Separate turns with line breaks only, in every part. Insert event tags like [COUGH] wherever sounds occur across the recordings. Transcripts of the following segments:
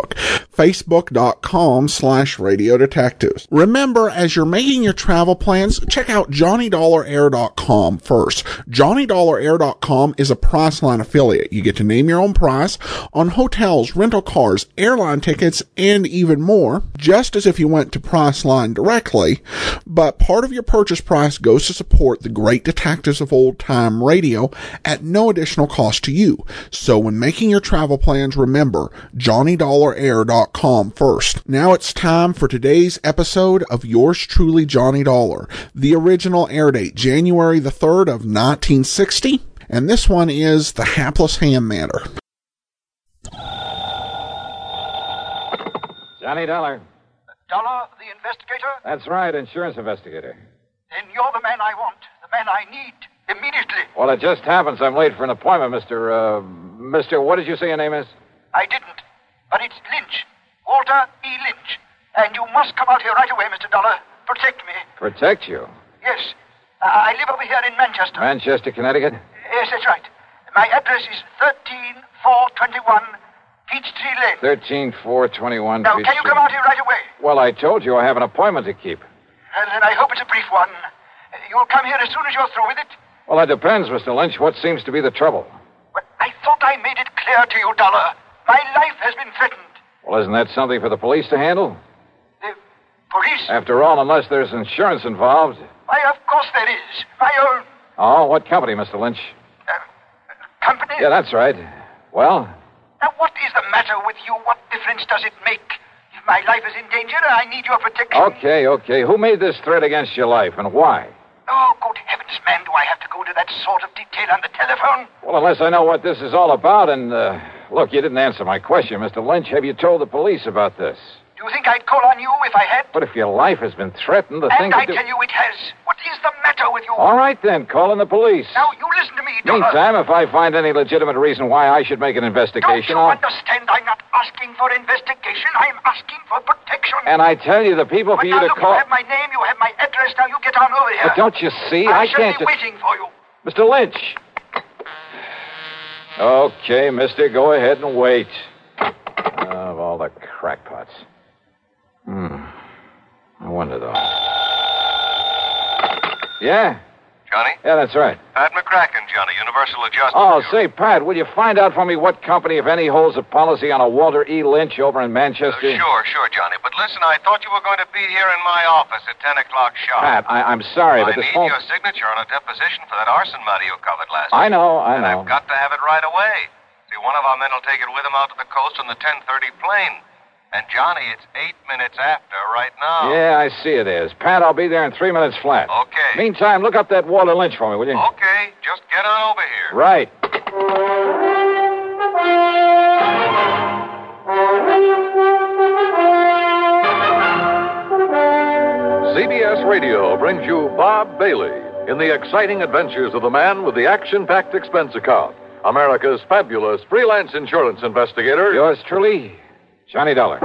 facebook.com slash radio detectives. Remember, as you're making your travel plans, check out johnnydollarair.com first. johnnydollarair.com is a Priceline affiliate. You get to name your own price on hotels, rental cars, airline tickets, and even more, just as if you went to Priceline directly. But part of your purchase price goes to support the great detectives of old time radio at no additional cost to you. So when making your travel plans, remember johnnydollarair.com first. Now it's time for today's episode of yours truly, Johnny Dollar. The original air date, January the 3rd of 1960 and this one is The Hapless Ham Matter.
Johnny Dollar.
Dollar, the investigator?
That's right, insurance investigator.
Then you're the man I want, the man I need, immediately.
Well, it just happens I'm late for an appointment, Mr. Uh, Mr. What did you say your name is?
I didn't, but it's Lynch, Walter E. Lynch. And you must come out here right away, Mr. Dollar. Protect me.
Protect you?
Yes. I, I live over here in Manchester.
Manchester, Connecticut?
Yes, that's right. My address is 13421 Peachtree Lane.
13421
Now, can you come out here right away?
Well, I told you I have an appointment to keep.
Well, then I hope it's a brief one. You'll come here as soon as you're through with it.
Well, it depends, Mr. Lynch. What seems to be the trouble?
Well, I thought I made it clear to you, Dollar. My life has been threatened.
Well, isn't that something for the police to handle?
The police?
After all, unless there's insurance involved.
Why, of course there is. uh, My own
Oh, what company, Mr. Lynch?
uh, company.
Yeah, that's right. Well,
Now, what is the matter with you? What difference does it make? If my life is in danger, I need your protection.
okay, okay. Who made this threat against your life and why?
Oh, good heavens, man, do I have to go to that sort of detail on the telephone?
Well, unless I know what this is all about, and uh, look, you didn't answer my question, Mr. Lynch. Have you told the police about this?
Do you think I'd call on you if I had?
But if your life has been threatened, the thing
and
to
I
do. Oh.
tell you it has. What is the matter with you?
All right then, call in the police.
Now, you listen to me, Dollar.
Meantime, if I find any legitimate reason why I should make an
Don't
investigation,
you
I'll...
understand? I'm not asking for investigation. I'm asking for protection.
and I tell you, the people
but
for you
now,
to
look,
call.
you have my name, you have my address. Now, you get on over here.
But don't you see? I,
I, shall
can't.
be
just-
waiting for you.
Mr. Lynch. Okay, mister, go ahead and wait. Of all the crackpots. Hmm. I wonder, though. Yeah?
Johnny?
Yeah, that's right.
Pat McCracken, Johnny, Universal Adjustment.
Oh,
Bureau.
say, Pat, will you find out for me what company, if any, holds a policy on a Walter E. Lynch over
Uh,
in Manchester?
sure, sure, Johnny. But listen, I thought you were going to be here in my office at 10 o'clock sharp.
Pat, I, I'm sorry,
I
Ah, but this
need
phone.
your signature on a deposition for that arson matter you covered last
I
week.
know, I know.
I've got to have it right away. See, one of our men will take it with him out to the coast on the 1030 plane. And, Johnny, it's eight minutes after right now.
Yeah, I see it is. Pat, I'll be there in three minutes flat.
Okay.
Meantime, look up that Walter Lynch for me, will you?
Okay, just get on over here.
Right.
CBS Radio brings you Bob Bailey in the exciting adventures of the man with the action packed expense account, America's fabulous freelance insurance investigator.
Yours truly, Johnny Dollar.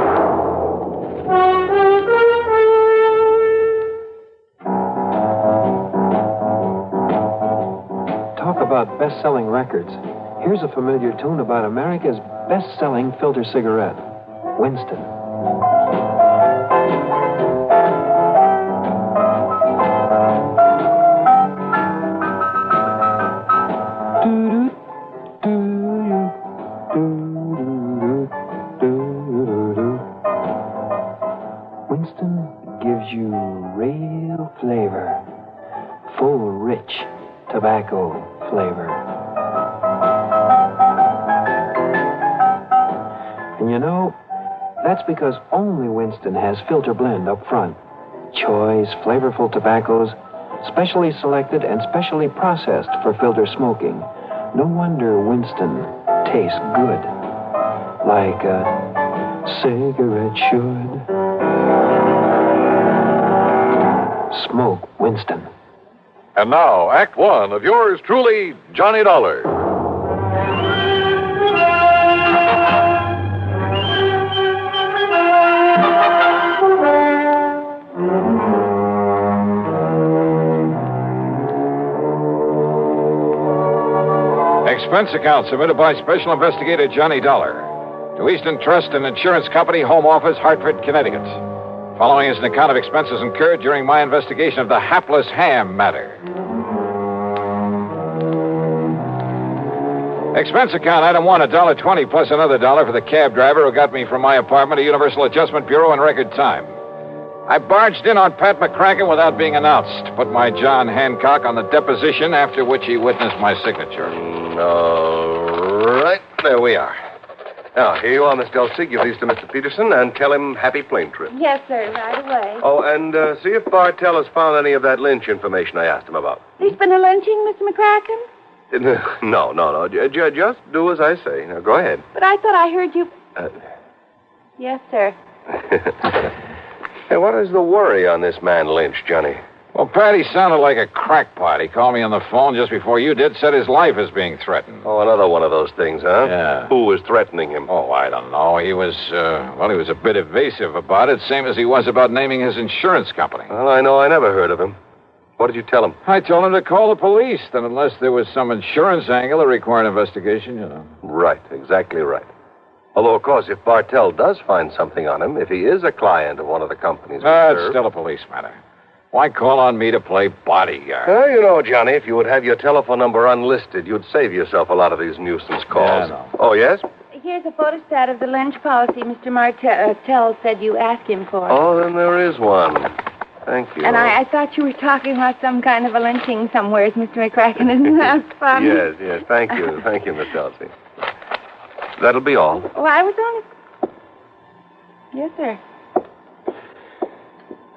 Talk about best selling records. Here's a familiar tune about America's best selling filter cigarette Winston. Winston gives you real flavor full, rich tobacco flavor. And you know, that's because only Winston has filter blend up front. Choice, flavorful tobaccos, specially selected and specially processed for filter smoking. No wonder Winston tastes good. Like a cigarette should. Smoke Winston.
And now, Act One of yours truly, Johnny Dollar.
expense account submitted by Special Investigator Johnny Dollar to Eastern Trust and Insurance Company, Home Office, Hartford, Connecticut. Following is an account of expenses incurred during my investigation of the hapless ham matter. Expense account item one, a dollar twenty plus another dollar for the cab driver who got me from my apartment to Universal Adjustment Bureau in record time. I barged in on Pat McCracken without being announced, put my John Hancock on the deposition, after which he witnessed my signature.
All right, there we are. Now, here you are, Miss Delsey. Give these to Mr. Peterson and tell him happy plane trip.
Yes, sir, right away.
Oh, and uh, see if Bartell has found any of that lynch information I asked him about. [LAUGHS]
There's been a lynching, Mr. McCracken?
No, no, no. Ju- ju- Just do as I say. Now, go ahead.
But I thought I heard you.
Uh,
Yes, sir.
hey, what is the worry on this man Lynch, Johnny?
Well, Pat, he sounded like a crackpot. He called me on the phone just before you did, said his life is being threatened.
Oh, another one of those things, huh?
Yeah.
Who was threatening him?
Oh, I don't know. He was, uh, well, he was a bit evasive about it, same as he was about naming his insurance company.
Well, I know I never heard of him. What did you tell him?
I told him to call the police, that unless there was some insurance angle that required investigation, you know.
Right, exactly right. Although, of course, if Bartell does find something on him, if he is a client of one of the companies, we
That's
serve-
Ah, Uh, still a police matter. Why call on me to play bodyguard?
Well, you know, Johnny, if you would have your telephone number unlisted, you'd save yourself a lot of these nuisance
Yeah, I
calls.
know.
Oh, yes?
Here's a photostat of the lynch policy Mr. Martell uh, Tell said you asked him for.
Oh, then there is one. Thank you.
And I, I thought you were talking about some kind of a lynching somewhere, Mr. McCracken. [LAUGHS] Isn't that funny?
Yes, yes. Thank you. Thank you, Miss Elsie. That'll be all.
Well, I was only. Yes, sir.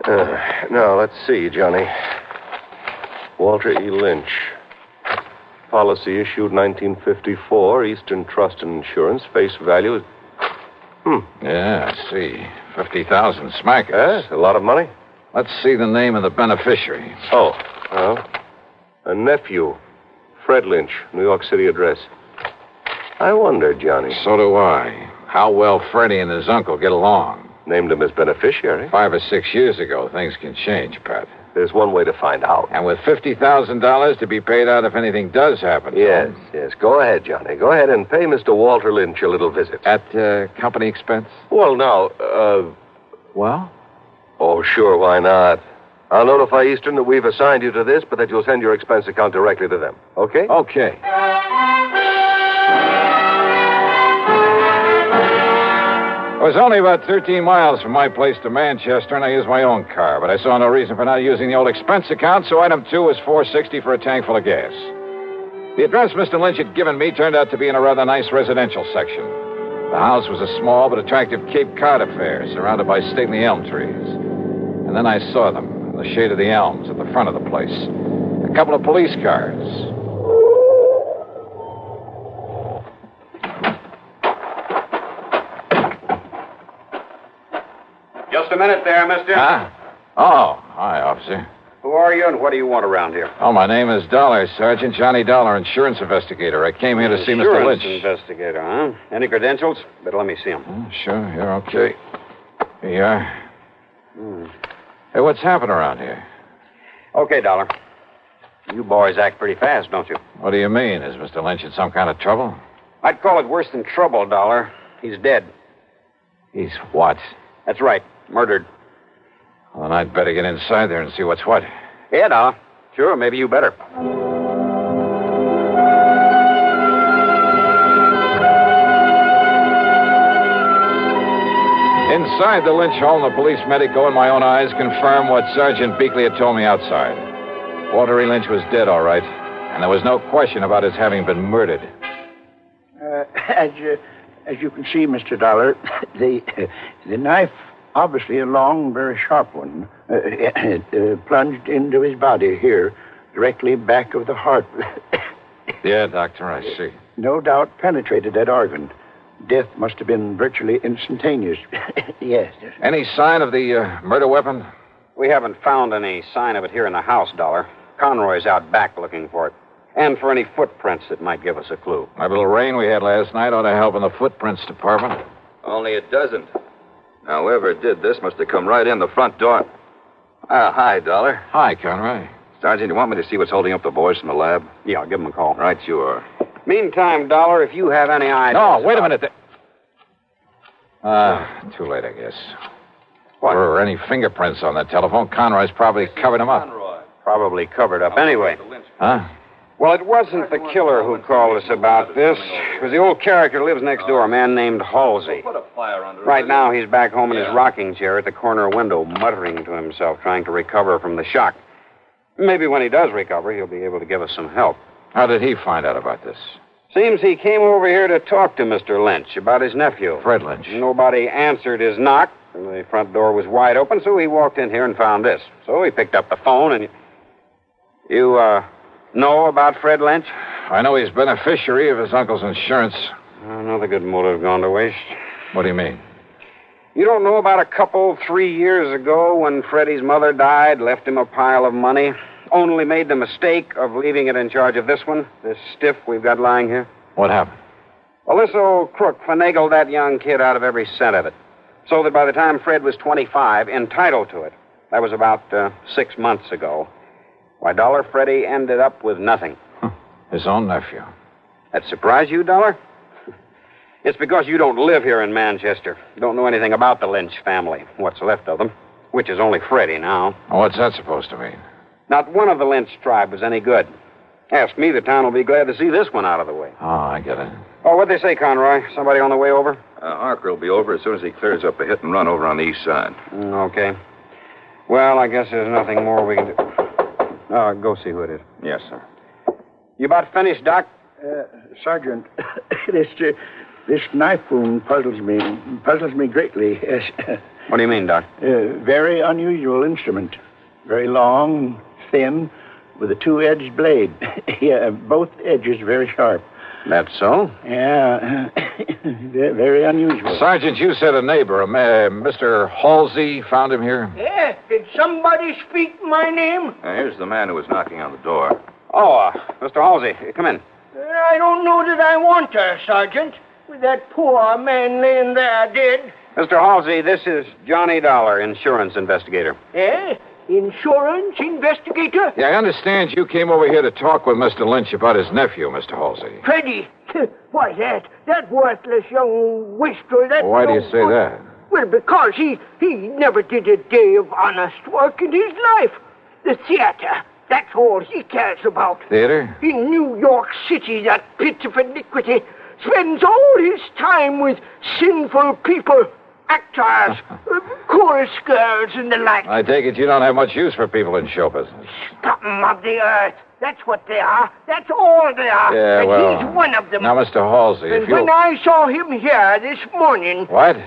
Uh, now, let's see, Johnny. Walter E. Lynch. Policy issued 1954, Eastern Trust and Insurance. Face value is.
Yeah, I see. 50,000 smackers.
Yes, eh, a lot of money.
Let's see the name of the beneficiary.
Oh, well. A nephew. Fred Lynch, New York City address. I wonder, Johnny.
So do I. How well Freddie and his uncle get along.
Named him as beneficiary.
Five or six years ago, things can change, Pat.
There's one way to find out.
And with $50,000 to be paid out if anything does happen. to
Yes,
him,
yes. Go ahead, Johnny. Go ahead and pay Mr. Walter Lynch a little visit.
At uh, company expense?
Well, now, uh,
Well?
oh, sure, why not? I'll notify Eastern that we've assigned you to this, but that you'll send your expense account directly to them. Okay?
Oh.
Okay. It was only about 13 miles from my place to Manchester, and I used my own car, but I saw no reason for not using the old expense account, so item two was 460 for a tank full of gas. The address Mr. Lynch had given me turned out to be in a rather nice residential section. The house was a small but attractive Cape Cod affair, surrounded by stately elm trees. And then I saw them in the shade of the elms at the front of the place. A couple of police cars,
Just a minute there, mister.
Huh? Oh, hi, officer.
Who are you and what do you want around here?
Oh, my name is Dollar, Sergeant Johnny Dollar, insurance investigator. I came here to see Mr.
Insurance
Lynch.
investigator, huh? Any credentials? But let me see them.
Oh, sure, you're okay. Here you are. Hmm. Hey, what's happened around here?
Okay, Dollar. You boys act pretty fast, don't you?
What do you mean? Is Mr. Lynch in some kind of trouble?
I'd call it worse than trouble, Dollar. He's dead.
He's what?
That's right. Murdered.
Well, then I'd better get inside there and see what's what.
Yeah, Dollar. Sure, maybe you better.
Inside the Lynch home, the police medico and my own eyes confirm what Sergeant Beakley had told me outside. Walter E. Lynch was dead, all right, and there was no question about his having been murdered.
Uh, as, you, as you can see, Mr. Dollar, [LAUGHS] the, the knife, obviously a long, very sharp one, uh, uh, plunged into his body here, directly back of the heart. [COUGHS]
Yeah, Doctor, I see.
no doubt penetrated that organ. Death must have been virtually instantaneous. [LAUGHS] yes, yes.
Any sign of the uh, murder weapon?
We haven't found any sign of it here in the house, Dollar. Conroy's out back looking for it. And for any footprints that might give us a clue.
My little rain we had last night ought to help in the footprints department.
Only it doesn't. Now, whoever did this must have come right in the front door. Ah, hi, Dollar.
Hi, Conroy.
Sergeant, you want me to see what's holding up the boys from the lab?
Yeah, I'll give him a call.
Right, you are.
Meantime, Dollar, if you have any ideas.
No, wait a minute. Ah, too late, I guess. What? Or any fingerprints on that telephone. Conroy's probably covered him up.
Probably covered up anyway.
Huh?
Well, it wasn't the killer who called us about this. It was the old character who lives next door, a man named Halsey. Right now, he's back home in his rocking chair at the corner window, muttering to himself, trying to recover from the shock. Maybe when he does recover, he'll be able to give us some help.
How did he find out about this?
Seems he came over here to talk to Mr. Lynch about his nephew.
Fred Lynch.
Nobody answered his knock. and The front door was wide open, so he walked in here and found this. So he picked up the phone and. You, uh, know about Fred Lynch?
I know he's beneficiary of his uncle's insurance.
Another good motive gone to waste.
What do you mean?
You don't know about a couple three years ago when Freddie's mother died, left him a pile of money, only made the mistake of leaving it in charge of this one, this stiff we've got lying here?
What happened?
Well, this old crook finagled that young kid out of every cent of it, so that by the time Fred was 25, entitled to it. That was about uh, six months ago. Why, Dollar Freddie ended up with nothing.
His own nephew.
That surprised you, Dollar? [LAUGHS] it's because you don't live here in Manchester. Don't know anything about the Lynch family, what's left of them, which is only Freddie now.
What's that supposed to mean?
Not one of the Lynch tribe was any good. Ask me, the town will be glad to see this one out of the way.
Oh, I get it.
Oh, what'd they say, Conroy? Somebody on the way over?
Uh, Arker will be over as soon as he clears up a hit and run over on the east side.
Mm, okay. Well, I guess there's nothing more we can do. Uh, go see who it is.
Yes, sir.
You about finished, Doc?
Uh, Sergeant, [COUGHS] this, uh, this knife wound puzzles me, puzzles me greatly. Yes.
What do you mean, Doc?
Uh, very unusual instrument. Very long, thin, with a two edged blade. [LAUGHS] yeah, both edges very sharp.
That's so?
Yeah, [COUGHS] ve- very unusual.
Sergeant, you said a neighbor, a ma- Mr. Halsey, found him here.
Yeah, did somebody speak my name?
Now, here's the man who was knocking on the door.
Oh, uh, Mr. Halsey, come in.
Uh, I don't know that I want her, Sergeant. With that poor man laying there dead.
Mr. Halsey, this is Johnny Dollar, insurance investigator.
Eh? Insurance investigator?
Yeah, I understand you came over here to talk with Mr. Lynch about his nephew, Mr. Halsey.
Freddy. [LAUGHS] Why, that, that worthless young wastrel, that...
Why do you
young-
say that?
Well, because he, he never did a day of honest work in his life. The theater, that's all he cares about.
Theater?
In New York City, that pit of iniquity spends all his time with sinful people,
[LAUGHS]
actors, uh, chorus girls, and the like.
I take it you don't have much use for people in show business.
Scum of the earth. That's what they are. That's all they are.
Yeah,
and
well.
he's one of them.
Now, Mr. Halsey,
and
if you.
when I saw him here this morning,
What?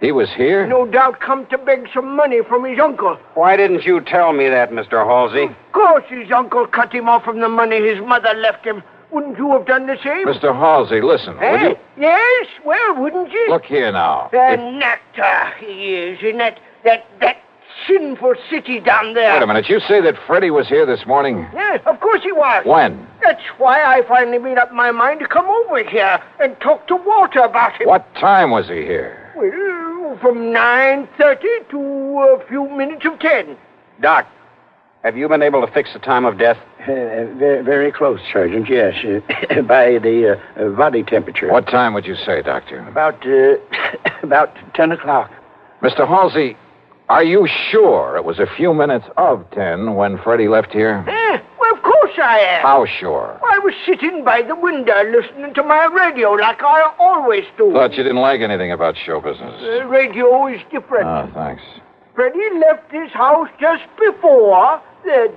He was here?
no doubt come to beg some money from his uncle.
Why didn't you tell me that, Mr. Halsey?
Of course, his uncle cut him off from the money his mother left him. Wouldn't you have done the same?
Mr. Halsey, listen.
Eh?
Would you...
Yes, well, wouldn't you?
Look here now.
An actor he is in that, that, that sinful city down there.
Wait a minute. You say that Freddie was here this morning?
Yes, of course he was.
When?
That's why I finally made up my mind to come over here and talk to Walter about him.
What time was he here?
Well, from 9.30 to a few minutes of 10.
Doc, have you been able to fix the time of death?
very, very close, Sergeant, yes. uh, by the uh, uh, body temperature.
What time would you say, Doctor?
About, uh, [COUGHS] about 10 o'clock.
Mr. Halsey, are you sure it was a few minutes of ten when Freddie left here?
Eh, well, of course I am.
How sure?
I was sitting by the window listening to my radio like I always do.
Thought you didn't like anything about show business.
The radio is different.
Oh, thanks.
Freddie left his house just before the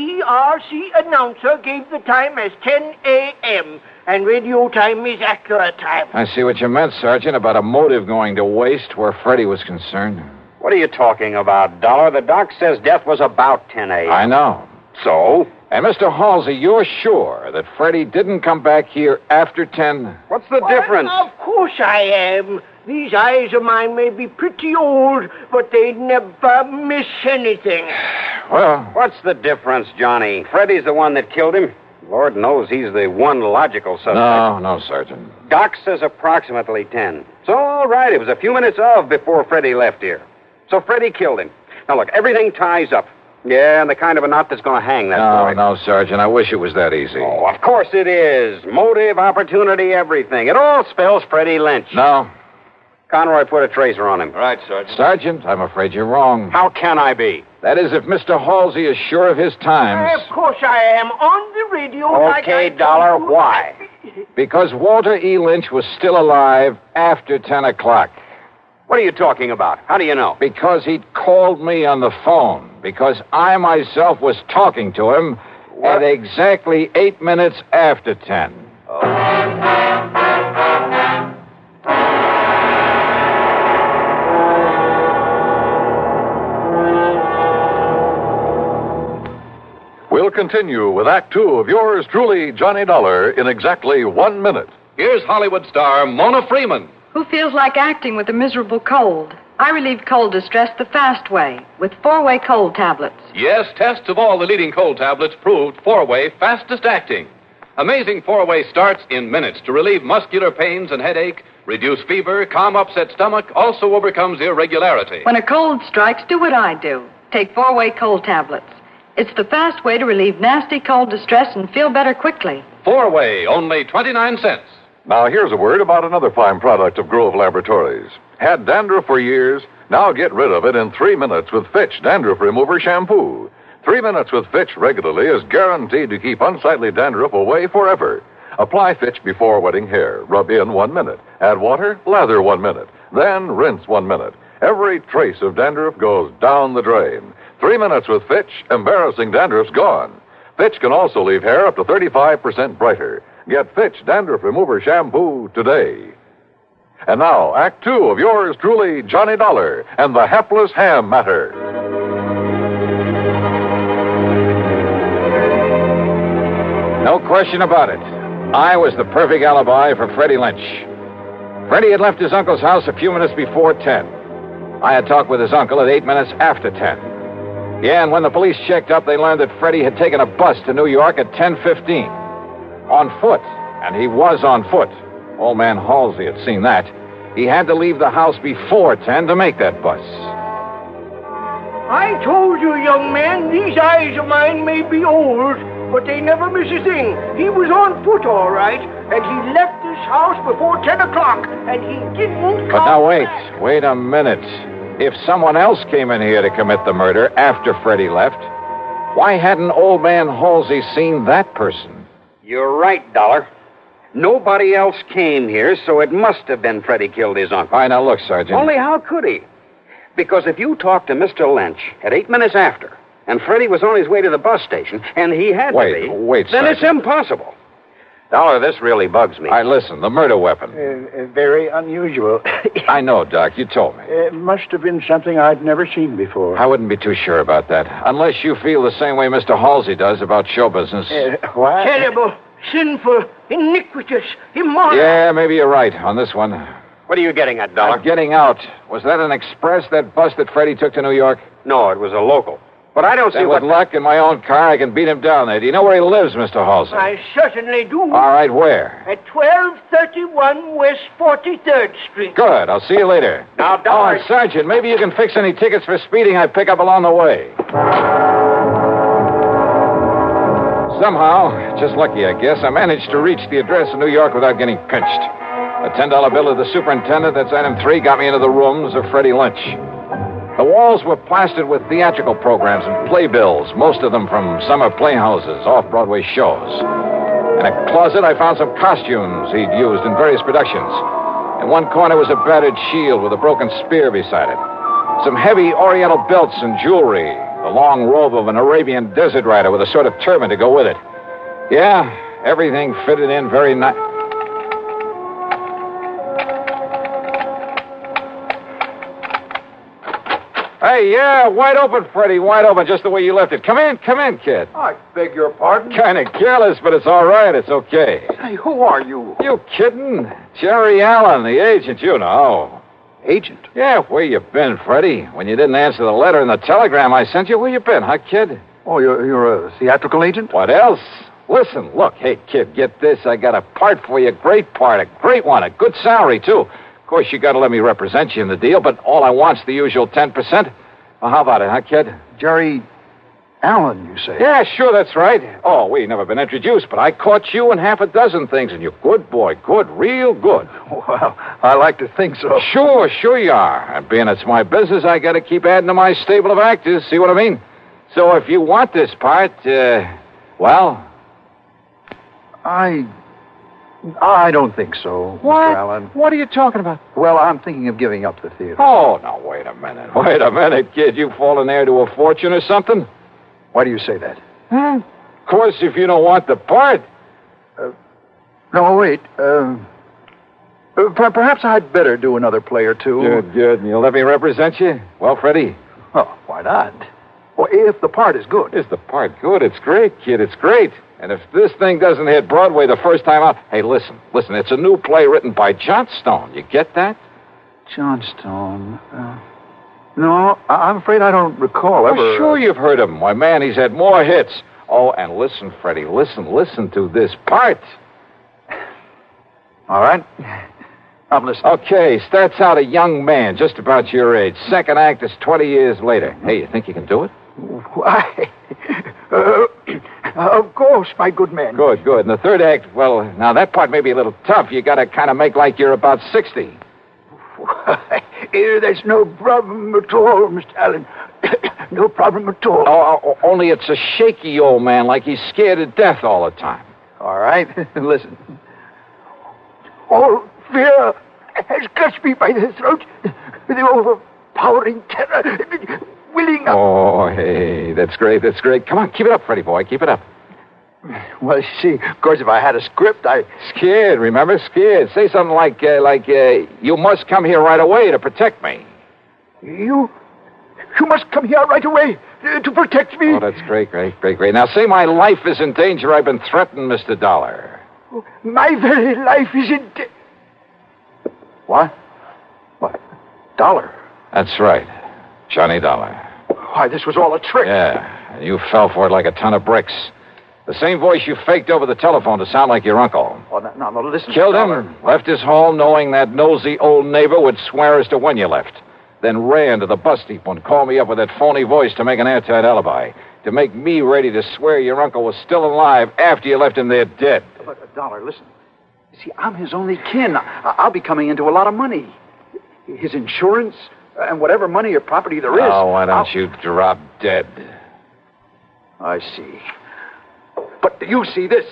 WDRC announcer gave the time as 10 a.m., and radio time is accurate time.
I see what you meant, Sergeant, about a motive going to waste where Freddie was concerned.
What are you talking about, Dollar? The doc says death was about 10 a.m.
I know.
So?
And Mr. Halsey, you're sure that Freddie didn't come back here after 10?
What's the
Well,
difference?
Of course I am. These eyes of mine may be pretty old, but they never miss anything.
Well,
What's the difference, Johnny? Freddy's the one that killed him. Lord knows he's the one logical suspect.
no, no, Sergeant.
Doc says approximately 10. So, all right, it was a few minutes of before Freddy left here. So, Freddy killed him. Now, look, everything ties up. Yeah, and the kind of a knot that's going to hang that
No,
boy.
no, Sergeant. I wish it was that easy.
Oh, Of course it is. Motive, opportunity, everything. It all spells Freddie Lynch.
No.
Conroy put a tracer on him. Right, Sergeant.
Sergeant, I'm afraid you're wrong.
How can I be?
That is, if Mr. Halsey is sure of his
Why,
times.
of course I am. On the radio. like I
Okay,
told
Dollar,
you.
why? Because Walter E. Lynch was still alive after 10 o'clock.
What are you talking about? How do you know?
Because he called me on the phone. Because I myself was talking to him at exactly eight minutes after 10.
We'll continue with Act Two of yours truly, Johnny Dollar, in exactly one minute. Here's Hollywood star Mona Freeman.
Who feels like acting with a miserable cold? I relieve cold distress the fast way with four way cold tablets.
Yes, tests of all the leading cold tablets proved four way fastest acting. Amazing four way starts in minutes to relieve muscular pains and headache, reduce fever, calm upset stomach, also overcomes irregularity.
When a cold strikes, do what I do take four way cold tablets. It's the fast way to relieve nasty cold distress and feel better quickly.
Four way, only 29 cents.
Now, here's a word about another fine product of Grove Laboratories. Had dandruff for years? Now get rid of it in three minutes with Fitch Dandruff Remover Shampoo. Three minutes with Fitch regularly is guaranteed to keep unsightly dandruff away forever. Apply Fitch before wetting hair. Rub in one minute. Add water, lather one minute. Then rinse one minute. Every trace of dandruff goes down the drain. Three minutes with Fitch, embarrassing dandruff's gone. Fitch can also leave hair up to 35% brighter. Get Fitch Dandruff Remover Shampoo today. And now, Act Two of yours truly, Johnny Dollar and the Hapless Ham Matter.
No question about it. I was the perfect alibi for Freddie Lynch. Freddie had left his uncle's house a few minutes before 10. I had talked with his uncle at eight minutes after 10. Yeah, and when the police checked up, they learned that Freddie had taken a bus to New York at 10.15. On foot, and he was on foot. Old man Halsey had seen that. He had to leave the house before 10 to make that bus.
I told you, young man, these eyes of mine may be old, but they never miss a thing. He was on foot, all right, and he left this house before 10 o'clock, and he didn't
But now wait, wait a minute. If someone else came in here to commit the murder after Freddie left, why hadn't old man Halsey seen that person?
You're right, Dollar. Nobody else came here, so it must have been Freddie killed his uncle.
All right, now look, Sergeant.
Only how could he? Because if you talked to Mr. Lynch at eight minutes after, and Freddie was on his way to the bus station, and he had
Wait,
to be,
wait,
then it's
Sergeant.
impossible. Dollar, this really bugs me.
I listen, the murder weapon.
Uh, uh, very unusual. [COUGHS]
I know, Doc. You told me.
It must have been something I'd never seen before.
I wouldn't be too sure about that. Unless you feel the same way Mr. Halsey does about show business.
why?
Terrible, sinful, iniquitous, immoral.
Yeah, maybe you're right on this one.
What are you getting at,
Dollar? getting out. Was that an express, that bus that Freddie took to New York?
No, it was a local. But I don't see
then
what-
With luck in my own car, I can beat him down there. Do you know where he lives, Mr. Halsey?
I certainly do.
All right, where?
At 1231 West 43rd Street.
Good. I'll see you later. Now, Dollar. Oh, Sergeant, maybe you can fix any tickets for speeding I pick up along the way. Somehow, just lucky, I guess, I managed to reach the address in New York without getting pinched. A $10 bill of the superintendent, that's item three, got me into the rooms of Freddie Lynch. The walls were plastered with theatrical programs and playbills, most of them from summer playhouses, off Broadway shows. In a closet, I found some costumes he'd used in various productions. In one corner was a battered shield with a broken spear beside it. Some heavy oriental belts and jewelry. The long robe of an Arabian desert rider with a sort of turban to go with it. Yeah, everything fitted in very nice. Hey, yeah, wide open, Freddie, wide open, just the way you left it. Come in, come in, kid.
I beg your pardon?
Kind of careless, but it's all right. It's okay.
Say, who are you?
You kidding? Jerry Allen, the agent, you know. Agent? Yeah, where you been, Freddie? When you didn't answer the letter and the telegram I sent you, where you been, huh, kid?
Oh, you're, you're a theatrical agent?
What else? Listen, look, hey, kid, get this. I got a part for you, great part, a great one, a good salary, too. Of course, you gotta let me represent you in the deal, but all I want's the usual 10%. Well, how about it, huh, kid?
Jerry,
Allen, you say?
Yeah, sure, that's right. Oh, we never been introduced, but I caught you in half a dozen things, and you're good boy, good, real good.
[LAUGHS] Well, I like to think so.
Sure, sure you are. And being it's my business, I got to keep adding to my stable of actors. See what I mean? So if you want this part, uh, well,
I. I don't think so, Mr. Allen.
What are you talking about?
Well, I'm thinking of giving up the theater.
Oh, no, wait a minute. [LAUGHS] Wait a minute, kid. You fallen heir to a fortune or something?
Why do you say that?
Of course, if you don't want the part.
Uh, No, wait. Um, uh, per- perhaps I'd better do another play or two.
Good, good. And you'll let me represent you? Well, Freddie.
Oh, why not? Well, if the part is good.
Is the part good? It's great, kid. It's great. And if this thing doesn't hit Broadway the first time out, hey, listen, listen, it's a new play written by Johnstone. You get that?
Johnstone. Uh, no, I- I'm afraid I don't recall ever.
Oh, sure you've heard of him. Why, man, he's had more hits. Oh, and listen, Freddie, listen, listen to this part.
All right. [LAUGHS] I'm listening.
Okay, starts out a young man just about your age. Second act is 20 years later. Hey, you think you can do it?
Why? [COUGHS] Uh, of course, my good man.
Good, good. And the third act, well, now that part may be a little tough. You gotta kind of make like you're about 60.
Eh, There's no problem at all, Mr. Allen. [COUGHS] no problem at all.
Oh, o- only it's a shaky old man, like he's scared to death all the time.
All
[LAUGHS]
right, listen.
All fear has clutched me by the throat. The overpowering terror, willing
Oh, hey, that's great, that's great. Come on, keep it up, Freddie boy, keep it up.
Well, you see, of course, if I had a script, I.
Scared, remember? Scared. Say something like, uh, like, uh, you must come here right away to protect me.
You. You must come here right away uh, to protect me.
Oh, that's great, great, great, great. Now say my life is in danger. I've been threatened, Mr. Dollar.
My very life is in. da-
What? What? Dollar?
That's right. Johnny Dollar.
Why, this was all a trick.
Yeah, and you fell for it like a ton of bricks. The same voice you faked over the telephone to sound like your uncle.
Oh, no, no, no, listen.
Killed
Dollar.
him, left his home knowing that nosy old neighbor would swear as to when you left. Then ran to the bus depot and called me up with that phony voice to make an airtight alibi. To make me ready to swear your uncle was still alive after you left him there dead.
But, uh, Dollar, listen. You See, I'm his only kin. I- I'll be coming into a lot of money. His insurance uh, and whatever money or property there is.
Oh, why don't
I'll-
you drop dead?
I see. But you see this.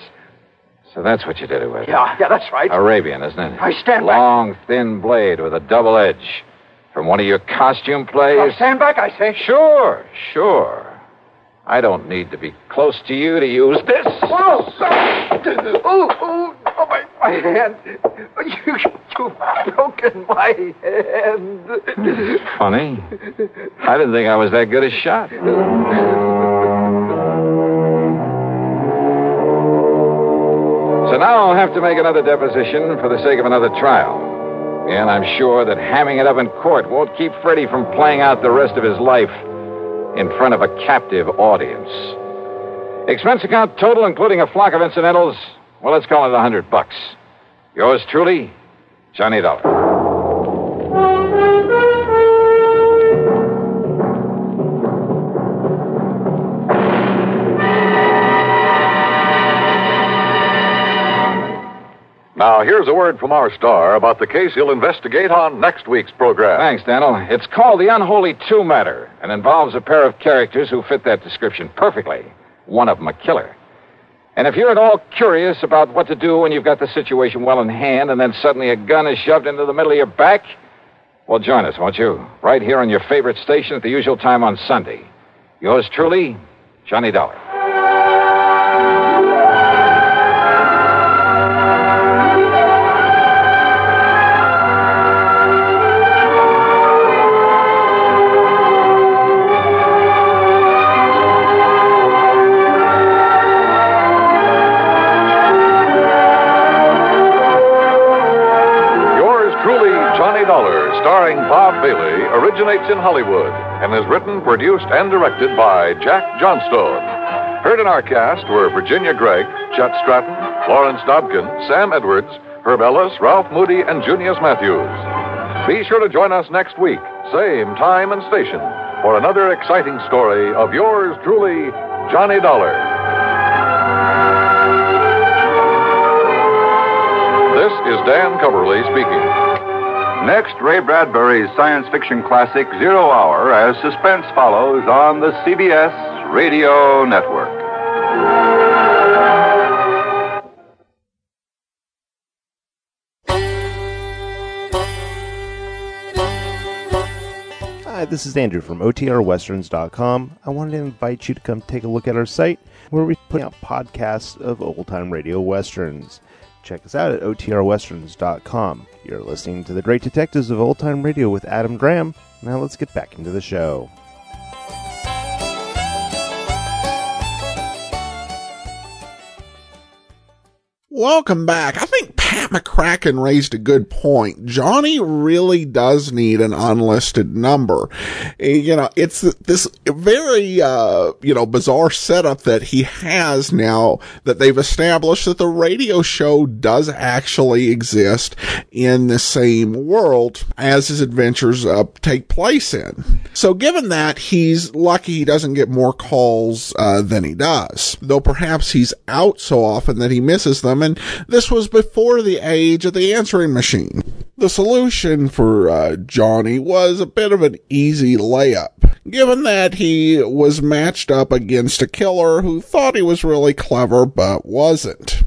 So that's what you did it with.
Yeah, yeah, that's right.
Arabian, isn't it?
I stand back.
Long, thin blade with a double edge. From one of your costume
I
plays?
stand back, I say.
Sure, sure. I don't need to be close to you to use this.
Whoa! Oh, oh, oh, my, my hand. You, you've broken my hand.
Funny. I didn't think I was that good a shot. So now I'll have to make another deposition for the sake of another trial. And I'm sure that hamming it up in court won't keep Freddie from playing out the rest of his life in front of a captive audience. Expense account total, including a flock of incidentals, well, let's call it a hundred bucks. Yours truly, Johnny Dollar.
Now, here's a word from our star about the case he'll investigate on next week's program.
Thanks, Daniel. It's called The Unholy Two Matter and involves a pair of characters who fit that description perfectly. One of them a killer. And if you're at all curious about what to do when you've got the situation well in hand and then suddenly a gun is shoved into the middle of your back, well, join us, won't you? Right here on your favorite station at the usual time on Sunday. Yours truly, Johnny Dollar.
Yours truly, Johnny Dollar, starring Bob Bailey, originates in Hollywood and is written, produced, and directed by Jack Johnstone. Heard in our cast were Virginia Gregg, Chet Stratton, Lawrence Dobkin, Sam Edwards, Herb Ellis, Ralph Moody, and Junius Matthews. Be sure to join us next week, same time and station,
for another exciting story of yours truly, Johnny Dollar. This is Dan Coverly speaking.
Next, Ray Bradbury's science fiction classic Zero Hour as suspense follows on the CBS Radio Network.
Hi, this is Andrew from OTRWesterns.com. I wanted to invite you to come take a look at our site where we put out podcasts of old time radio westerns. Check us out at OTRWesterns.com. You're listening to The Great Detectives of Old Time Radio with Adam Graham. Now let's get back into the show.
Welcome back. I think Pat McCracken raised a good point. Johnny really does need an unlisted number. Eh, You know, it's this very, uh, you know, bizarre setup that he has now that they've established that the radio show does actually exist in the same world as his adventures uh, take place in. So given that, he's lucky he doesn't get more calls uh, than he does, though perhaps he's out so often that he misses them and this was before the age of the answering machine. The solution for uh, Johnny was a bit of an easy layup, given that he was matched up against a killer who thought he was really clever but wasn't.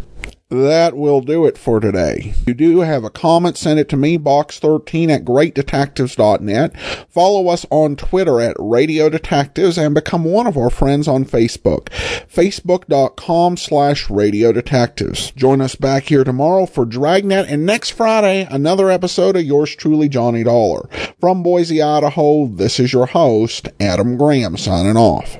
That will do it for today. If you do have a comment, send it to me, box13 at greatdetectives.net. Follow us on Twitter at Radio Detectives and become one of our friends on Facebook. Facebook.com slash Radio Detectives. Join us back here tomorrow for Dragnet and next Friday, another episode of yours truly, Johnny Dollar. From Boise, Idaho, this is your host, Adam Graham, signing off.